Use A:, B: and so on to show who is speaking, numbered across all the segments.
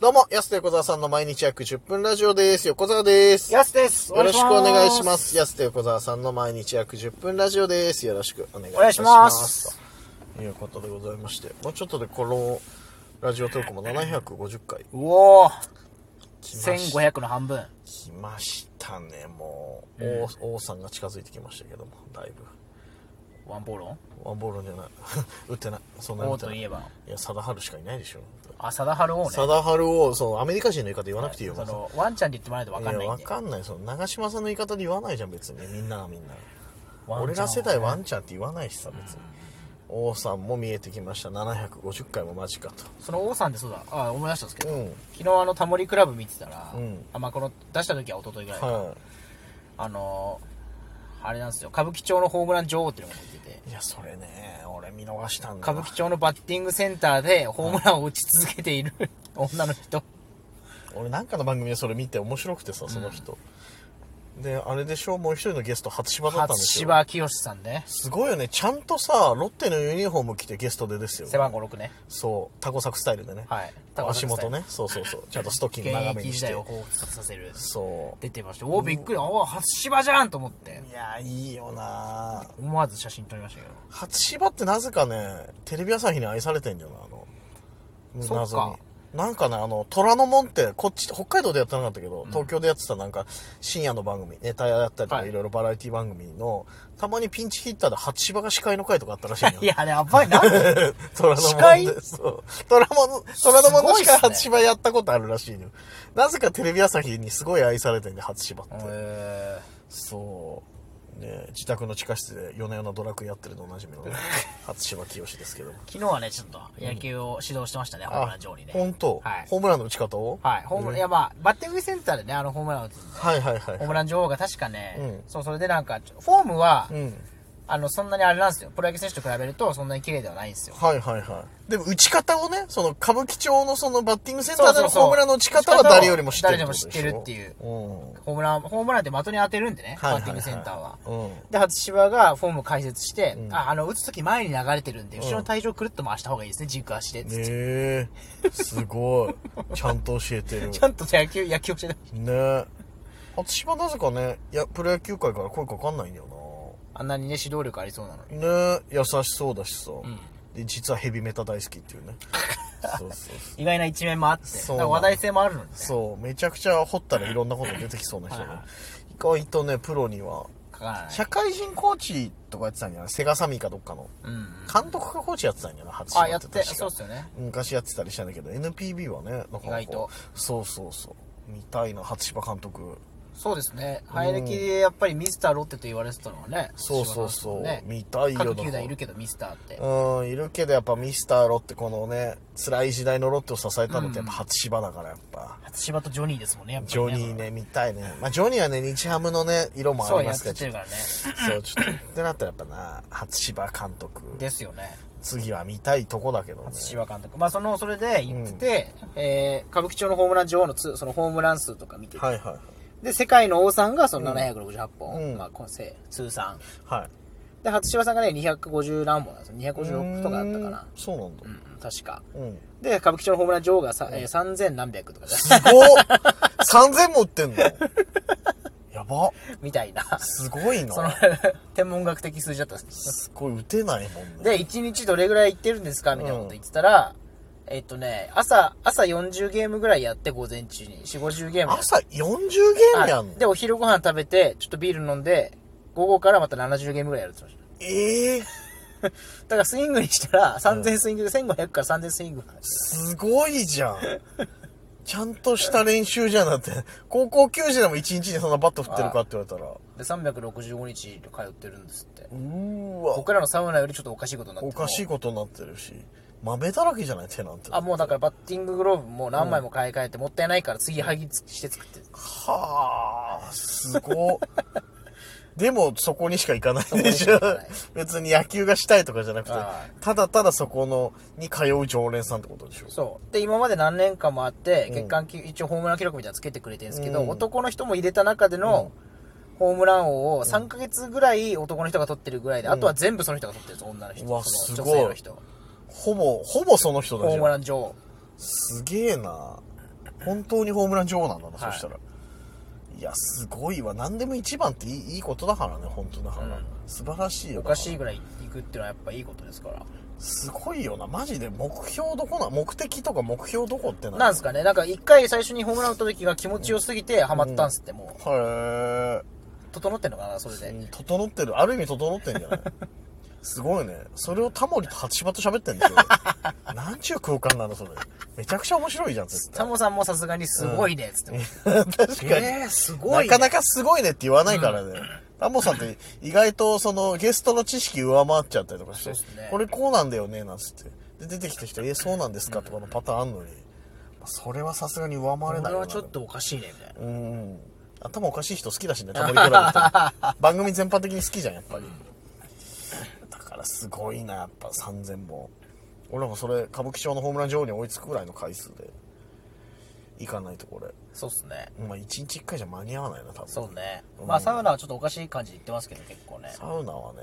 A: どうも、安手小沢さんの毎日約10分ラジオです。横澤です。よ
B: やすです。。
A: ろしくお願いしますす。安手小沢さんの毎日約10分ラジオです。よろしくお願いい
B: お願
A: た
B: い
A: し
B: し
A: ま。
B: ますす
A: ということでございまして、もうちょっとでこのラジオトークも750回
B: うおー
A: 来まし
B: 1500の半分。
A: 来ましたね、もう、王。王さんが近づいてきましたけども、だいぶ。
B: ワンボーロン
A: ワンボールじゃない。 打ってない。そんなに打
B: 王
A: って
B: と
A: ない。
B: い
A: い
B: えば。
A: や、貞治しかいないでしょ。
B: あ、貞治王ね。
A: 貞治を、そのアメリカ人の言い方言わなくていいよ、
B: そ
A: まず
B: の、ワンちゃんって言ってもらえないとわかんない
A: や
B: ん
A: わ
B: で。
A: かんないその長嶋さんの言い方で言わないじゃん別にみんながみんな
B: ワンちゃんはね
A: 俺ら世代ワンちゃんって言わないしさ別に王さんも見えてきました750回もマジか
B: その王さんってそうだ。あ、思い出したんですけ
A: と
B: ど。
A: うん
B: 昨日あの、タモリクラブ見てたら、
A: うん
B: あ、まあ、この、出した時は一昨日ぐらいか。
A: は
B: あのー、あれなんですよ。歌舞伎町のホームラン女王っていうのが出てて、
A: いいやそれね俺見逃したんだ
B: 歌舞伎町のバッティングセンターでホームランを打ち続けてい る女の人。
A: 俺なんかの番組でそれ見て面白くてさその人、であれでしょもう一人のゲスト初芝だったんで
B: 初
A: すよ
B: 芝清さんね。
A: すごいよねちゃんとさロッテのユニフォーム着てゲストでですよ
B: 背番号6ね。
A: そうタコ作スタイルでね、
B: はい。
A: 足元ねそうそうそうちゃんとストッキング
B: 現
A: 長め
B: 役
A: に
B: 時
A: して
B: 代を彷彿とさせる
A: そう
B: 出てましたおおびっくりおお初芝じゃんと思って
A: いやいいよな
B: 思わず写真撮りましたけど
A: 初芝ってなぜかねテレビ朝日に愛されてんだよなあの
B: そっか
A: なんかねあの虎ノ門ってこっち北海道でやってなかったけど、東京でやってたなんか深夜の番組ネタやったりとか、
B: はい
A: い、ろいろバラエティ番組のたまにピンチヒッターで初芝が司会の回とかあったらしいの
B: い
A: よ
B: やあれやばいなんで
A: 虎ノ
B: 司会
A: 門でそう虎ノ門虎ノ門の司会
B: すごいっすね
A: 初芝やったことあるらしいのよなぜかテレビ朝日にすごい愛されてんで初芝って、
B: え
A: そう、ね、自宅の地下室で夜な夜なドラクエやってるのおなじみのね初島清ですけ ども
B: ー昨日はねちょっと野球を指導してましたね、ホームラン上にね
A: 本当、
B: はい
A: ホームランの打ち方を、
B: はいホームラン、いやまあバッティングセンターでねあのホームランを打つ
A: はい、はいはい
B: ホー
A: はい
B: ムラン女王が確かね、
A: うん
B: そうそれでなんかフォームは、
A: うん
B: あのそんなにあれなんですよプロ野球選手と比べるとそんなに綺麗ではないんですよ
A: はいはいはいでも打ち方をねその歌舞伎町のそのバッティングセンターで
B: そ
A: の
B: うそうそう
A: ホームランの打ち方は誰よりも知ってる
B: 誰でも知ってるって
A: う
B: いう
A: うん
B: ホームランホームランって的に当てるんでね、
A: はいはいはい
B: バッティングセンターは、
A: うん
B: で、初芝がフォーム解説して、
A: ん
B: あ、あの、打つとき前に流れてるんで、
A: ん
B: 後ろの体重をくるっと回した方がいいですね、軸足で。つって
A: ねえすご いちゃんと教えてる
B: ちゃんと野球、野球教えて、
A: ねえ初島なぜかねいやプロ野球界から声かかんないんだよな
B: あんなにね、指導力ありそうなのに。
A: ね優しそうだしさ、
B: ん
A: で実はヘビメタ大好きっていう ねそうそうそう
B: 意外な一面もあって、
A: そう
B: だから話題性もあるのにね、
A: そうめちゃくちゃ掘ったらいろんなこと出てきそうな人ね意外とねプロには
B: 書かない。
A: 社会人コーチとかやってたんじゃないセガサミーかどっかの
B: うんうん。
A: 監督かコーチやってたんじゃない初島
B: あ、やって、
A: 確
B: そ
A: か
B: うっすよね。
A: 昔やってたりしたんだけど NPB はねなかなか
B: 意外と
A: そうそうそう見たいな初島監督
B: そうですね。生え抜きでやっぱりミスターロッテと言われてたのはね。
A: そうそうそう、
B: ね、
A: 見たいよな
B: 各球団いるけどミスターって。
A: うん、いるけどやっぱミスターロッテこのね、辛い時代のロッテを支えたのってやっぱ初芝だからやっぱ。
B: 初芝とジョニーですもんね、やっぱ
A: ジ
B: り、ね。
A: ョニー。ね、見たいね。まあジョニーはね、日ハムのね、色も
B: そ
A: あ
B: う
A: り
B: や
A: ま
B: っ
A: すけど、ち
B: てる
A: ょっ
B: からね。
A: とそう、ちょっと。ってなったらやっぱな、初芝監督。
B: ですよね。
A: 次は見たいとこだけどね。
B: 千葉監督、まあ、そのそれで行ってて、えー歌舞伎町のホームラン女王のつそのホームラン数とか見てて、
A: はいはい
B: で世界の王さんがその768本、
A: うん
B: まあ、今世通算
A: はい。はい。
B: で初芝さんがね250何本なんですよ256とかだったかな
A: うーんそうなんだ
B: う。ん、確か
A: うん。
B: で歌舞伎町のホームラン女王がさ、えー、3000何百とかね
A: すごっ !3000 持ってんのやば。
B: みたい な
A: すごい
B: その
A: な。
B: 天文学的数字だったんです
A: すごい打てないもんね。
B: で1日どれぐらい行ってるんですかみたいなこと言ってたら、えっとね朝朝40ゲームぐらいやって午前中に4 5 0ゲームやって
A: 朝40ゲームやんの
B: で、お昼ご飯食べて、ちょっとビール飲んで、午後からまた70ゲームぐらいやるって言ってまし
A: ええー。
B: た。だからスイングにしたら、3000スイングで1500から3000スイング。
A: すごいじゃん。ちゃんとした練習じゃなくて、高校球児でも1日にそんなバット振ってるかって言われたら、
B: で、365日通ってるんですって。
A: うーわ、
B: 僕らのサウナよりちょっとおかしいことになって
A: お
B: る
A: かしいことになってるし、豆だらけじゃない手なんて。
B: あ、もうだからバッティンググローブも何枚も買い替えて、もったいないから次はぎして作ってる。
A: はあ、すごっ。 でも、そこにしか行かないでしょ
B: そこにしか行かない。
A: 別に野球がしたいとかじゃなくて
B: は、
A: ただただそこの、に通う常連さんってことでしょ。
B: そう。で、今まで何年間もあって、
A: ん
B: 月間き、一応ホームラン記録みたいなのつけてくれてるんですけど、
A: うん
B: 男の人も入れた中での、ホームラン王を3ヶ月ぐらい男の人が取ってるぐらいで、あとは全部その人が取ってるんです、女の人。
A: うわ
B: その
A: すごい
B: 女性の人。
A: ほぼ、ほぼその人だ
B: ホ
A: じ
B: ーム
A: ゃ
B: ラ
A: ん。
B: ン女王。
A: すげえな。本当にホームラン女王なんだな、そしたら。いや、すごいわ。何でも一番っていいいいことだからね、本当だから。
B: うん
A: 素晴らしいよ。
B: おかしいぐらい行くっていうのはやっぱいいことですから
A: すごいよな。マジで目標どこな、目的とか目標どこってな
B: なんですかねなんか一回最初にホームラン打った時が気持ちよすぎてハマったんすっても
A: へー
B: う整ってんのかなそれで
A: うん整ってる。ある意味整ってんじゃないすごいね。それをタモリと八葉と喋ってんでしょ。なんちゅう空間なの、それ。めちゃくちゃ面白いじゃん、絶対。
B: タモさんもさすがにすごいねっつっても、
A: 確かに。
B: えー、すごい、ね、
A: なかなかすごいねって言わないからね。タモさんって意外とそのゲストの知識上回っちゃったりとかして、
B: そうっすね
A: これこうなんだよね、なんつって。で、出てきた人、えーそうなんですかとかのパターンあんのに、まあそれはさすがに上回れ
B: こ
A: ないよ
B: れ
A: な
B: はちょっとおかしいねみたいな
A: うん。頭おかしい人好きだしね、タモリクラブっ て。番組全般的に好きじゃん、やっぱり。だからすごいな、やっぱ3000本。俺らもそれ、歌舞伎町のホームラン女王に追いつくぐらいの回数で、行かないとこれ。
B: そうっすね
A: まあ1日1回じゃ間に合わないな、多分。
B: そうね
A: うん
B: まあサウナはちょっとおかしい感じで言ってますけど結構ね
A: サウナはね、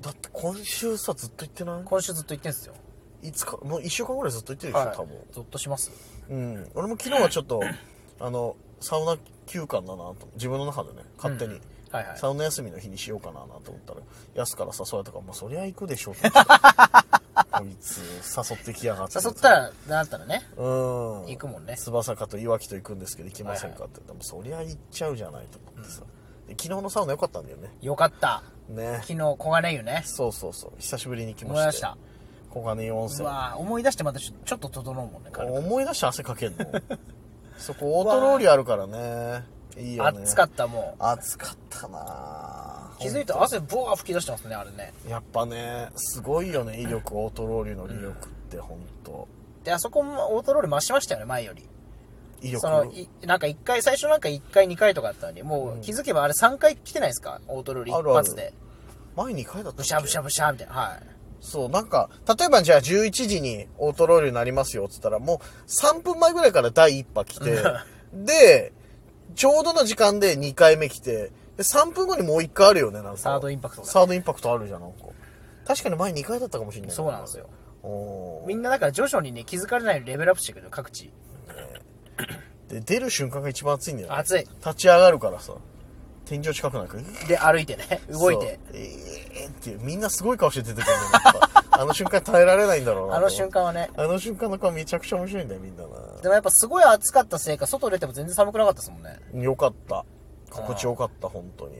A: だって今週さ、ずっと行ってな
B: 今週ずっと行ってんすよ
A: いいつか、もう1週間ぐらいずっと行ってるでしょ、多分。
B: ゾッとします
A: うん。俺も昨日はちょっと、あの、サウナ休館だなと、自分の中でね、勝手に。
B: うんはいはい
A: サウナ休みの日にしようかなと思ったら、安から誘われたから、まあそりゃ行くでしょうと思って。 こいつ、誘ってきやがって。
B: 誘ったらなったらね
A: うん。行
B: 行くもんね
A: 翼かと岩木と行くんですけど行きませんかって言って、もうそりゃ行っちゃうじゃないと思ってさ。で昨日のサウナ良かったんだよね。
B: よかった
A: ね。
B: 昨日黄金湯ね
A: そうそうそう。久しぶりに来ま
B: 思い出
A: し。
B: してた
A: 黄金湯温
B: う
A: 泉。
B: わー思い出してまたちょちょっと整うもんね軽く
A: 思い出して汗か けんのそこオートローリーあるからね。いいよね。
B: 暑かったもう
A: 暑かったなぁ
B: 気づいたら汗ボワー吹き出してますねあれね
A: やっぱね、すごいよね、威力、オートローリーの威力って、ほんと。
B: であそこもオートロール増しましたよね前より
A: 威力
B: そのいなんか1回最初なんか1回2回とかあったのにもう気づけばあれ3回来てないですかオートロール
A: あるある
B: 一発で
A: 前2回だったっけ
B: ブシャブシャブシャみたいなはい
A: そう、なんか、例えばじゃあ11時にオートロールになりますよって言ったら、もう3分前ぐらいから第1波来 て、で、ちょうどの時間で2回目来て、で、3分後にもう1回あるよね、なんか。
B: サードインパクトが
A: サードインパクトあるじゃん、なんか。確かに前2回だったかもしれない。
B: そうなんですよ。
A: お
B: み
A: ー
B: んなだから徐々にね気づかれないようにレベルアップしてくるの各地
A: で、出る瞬間が一番暑いんだよ、ね。
B: 暑い
A: 立ち上がるからさ、天井近くなく。
B: で歩いてね 動いて
A: そう。えー、えーっていう、みんなすごい顔して出てくるのやっぱあの瞬間耐えられないんだろうな。
B: あの瞬。間はね
A: あの瞬間の顔めちゃくちゃ面白いんだよ、みんな
B: でもやっぱすごい暑かったせいか外出ても全然寒くなかったですもんね
A: な。よかった。心地よかった、本当に。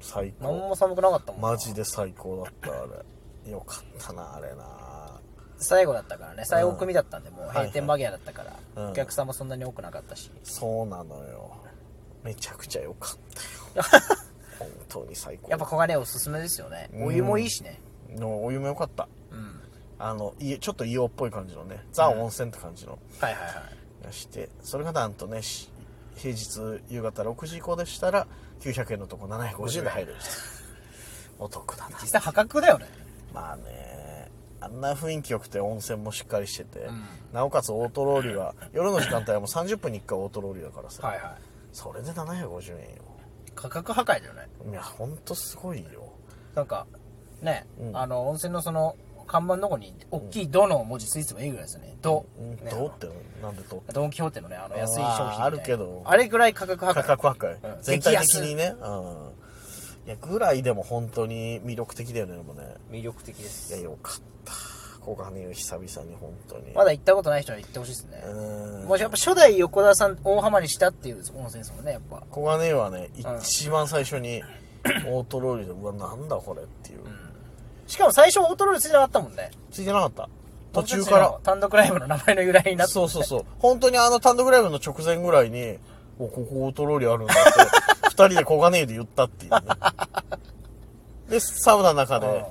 A: 最
B: 何
A: 高。
B: も寒くなかったもんな
A: マジで最高だった、あれ。よかったな、あれな。
B: 最後だったからね最後組だったんで、もう閉店間際だったから、
A: うん
B: お客さんもそんなに多くなかったし、
A: そうなのよ。めちゃくちゃよか ったよ。本当に最高。
B: やっぱ黄金おすすめですよねお湯もいいしね
A: のお湯もよかった。
B: うん、
A: あの、いちょっと硫黄っぽい感じのね、ザ温泉って感じの。
B: はいはいはい
A: がしてそれがなんとねし平日夕方6時以降でしたら900円のとこ750円で 入るんですお得だな
B: 実際破格だよね
A: まあねあんな雰囲気良くて温泉もしっかりしてて、なおかつオートローリーは夜の時間帯はもう30分に1回オートローリーだからさ、
B: はいは
A: それで750円
B: い価格破壊だよね
A: よいやほんとすごいよ
B: なんかね、
A: うん
B: あの温泉のその看板のとこに大きい「ド」の文字ついてもいいぐらいですよね「ド」
A: うん
B: ね
A: どうってなんでどうって
B: ドン・キホーテのねあの安い商品みたい
A: あー
B: な
A: あるけど
B: あれぐらい価格破壊
A: 価格破壊、
B: うん
A: 全体的
B: 激安
A: にねうんいやぐらいでも本当に魅力的だよねでもね
B: 魅力的で
A: いや、
B: す
A: よかった。小金井久々に、本当に。
B: まだ行ったことない人は行ってほしいですね
A: う、ーん。
B: もうやっぱ初代横田さん大浜にしたっていう温泉ですもんねやっぱ
A: 小金井はね、
B: うん
A: 一番最初に、オートローリーで、うわ、なんだこれっていう。
B: しかも最初オートロールついてなかったもんね
A: ついてなかった。途中から。
B: 単独ライブの名前の由来になって
A: そうそうそう。本当にあの単独ライブの直前ぐらいに、お、ここオートローリーあるんだ って、二人で小金井で言ったっていうね、で、サウナの中で、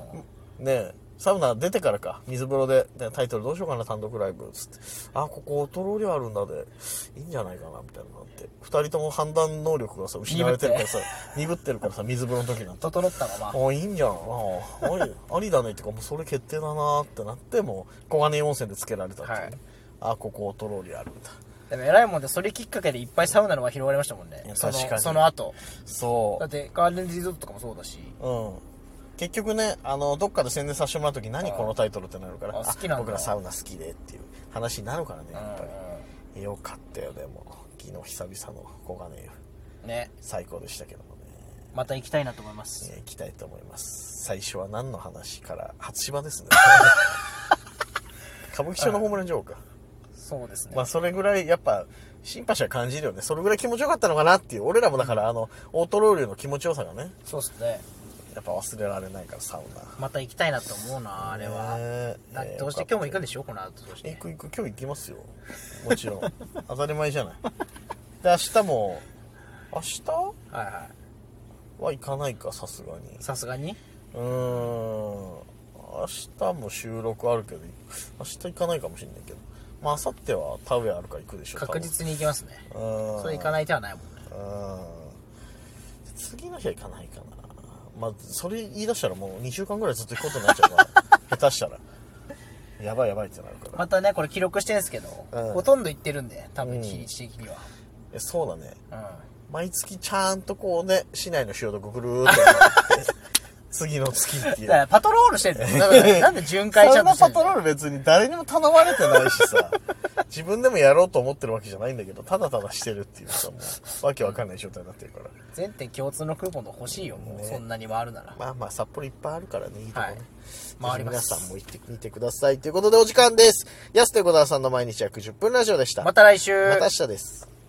A: ねサウナ出てからか、水風呂で、でタイトルどうしようかな、単独ライブ、つって。あ、ここオートローリーあるんだで、いいんじゃないかな、みたいになって。二人とも判断能力がさ、失われてるからさ、鈍ってるからさ、水風呂の時なんて。
B: 整ったまま
A: あいいんじゃんあああり ありだねっていうかもうそれ決定だなーってなってもう小金井温泉でつけられたっていうね、
B: はい
A: あここオートローリーあるんだ
B: でも偉いもんでそれきっかけでいっぱいサウナの輪広がりましたもんね
A: いや
B: その
A: 確かに
B: その後
A: そ
B: だってガーデンリゾートとかもそうだし
A: ううん結局ねあのどっかで宣伝させてもらう時何このタイトルってなるから
B: あ好きなんだ
A: 僕らサウナ好きでっていう話になるからねやっぱりよかったよでも昨日久々の小金湯
B: ね
A: 最高でしたけどもね
B: また行きたいなと思います、
A: ね行きたいと思います最初は何の話から初島 ですね歌舞伎町のホームラン情報か、
B: そうですね、
A: まあそれぐらいやっぱシンパシーは感じるよねそれぐらい気持ちよかったのかなっていう俺らもだからあのオートロールの気持ちよさがね
B: そうですね
A: やっぱ忘れられないからサウナ
B: また行きたいなと思うなあれは、
A: ねえ
B: だってどうして
A: よかった
B: 今日も行くんでしょこの後どうして
A: 行く行く今日行きますよもちろん当たり前じゃない で明日も明日
B: はいは
A: は行かないかさすがに
B: いさすがに
A: うーん明日も収録あるけど明日行かないかもしれないけどまあ明後日は田植えあるから行くでしょ
B: 確実に行きますね
A: 多分うーん
B: それ行かない手はないもんね
A: うーん次の日は行かないかなまあそれ言い出したらもう2週間ぐらいずっと行くことになっちゃ うから下手したらやばいやばいってなるから
B: またねこれ記録してるんですけど、
A: うん
B: ほとんど行ってるんで多
A: う
B: 分
A: ん
B: 日にち的には、
A: えそうだね
B: うん
A: 毎月ちゃんとこうね、市内の潮読ぐるーっと回って次の月っていう。
B: だからパトロールしてるんだよだ から なんで巡回ち
A: そ
B: ゃん
A: ん
B: と
A: な
B: し
A: パ
B: てるん
A: ト
B: だよ
A: ロール別に誰にも頼まれてないしさ、自分でもやろうと思ってるわけじゃないんだけど、ただただしてるっていうさ、もう、わけわかんない状態になってるから。
B: 全店共通のクーポンが欲しいよもう、
A: ね
B: そんなに回るなら
A: まあまあ、札幌いっぱいあるからね、いいとこね。
B: はい回りま
A: ぜ
B: す
A: ひ皆さんも行ってみてください。ということでお時間です。安手小沢さんの毎日約10分ラジオでした。
B: また来週
A: また明日です。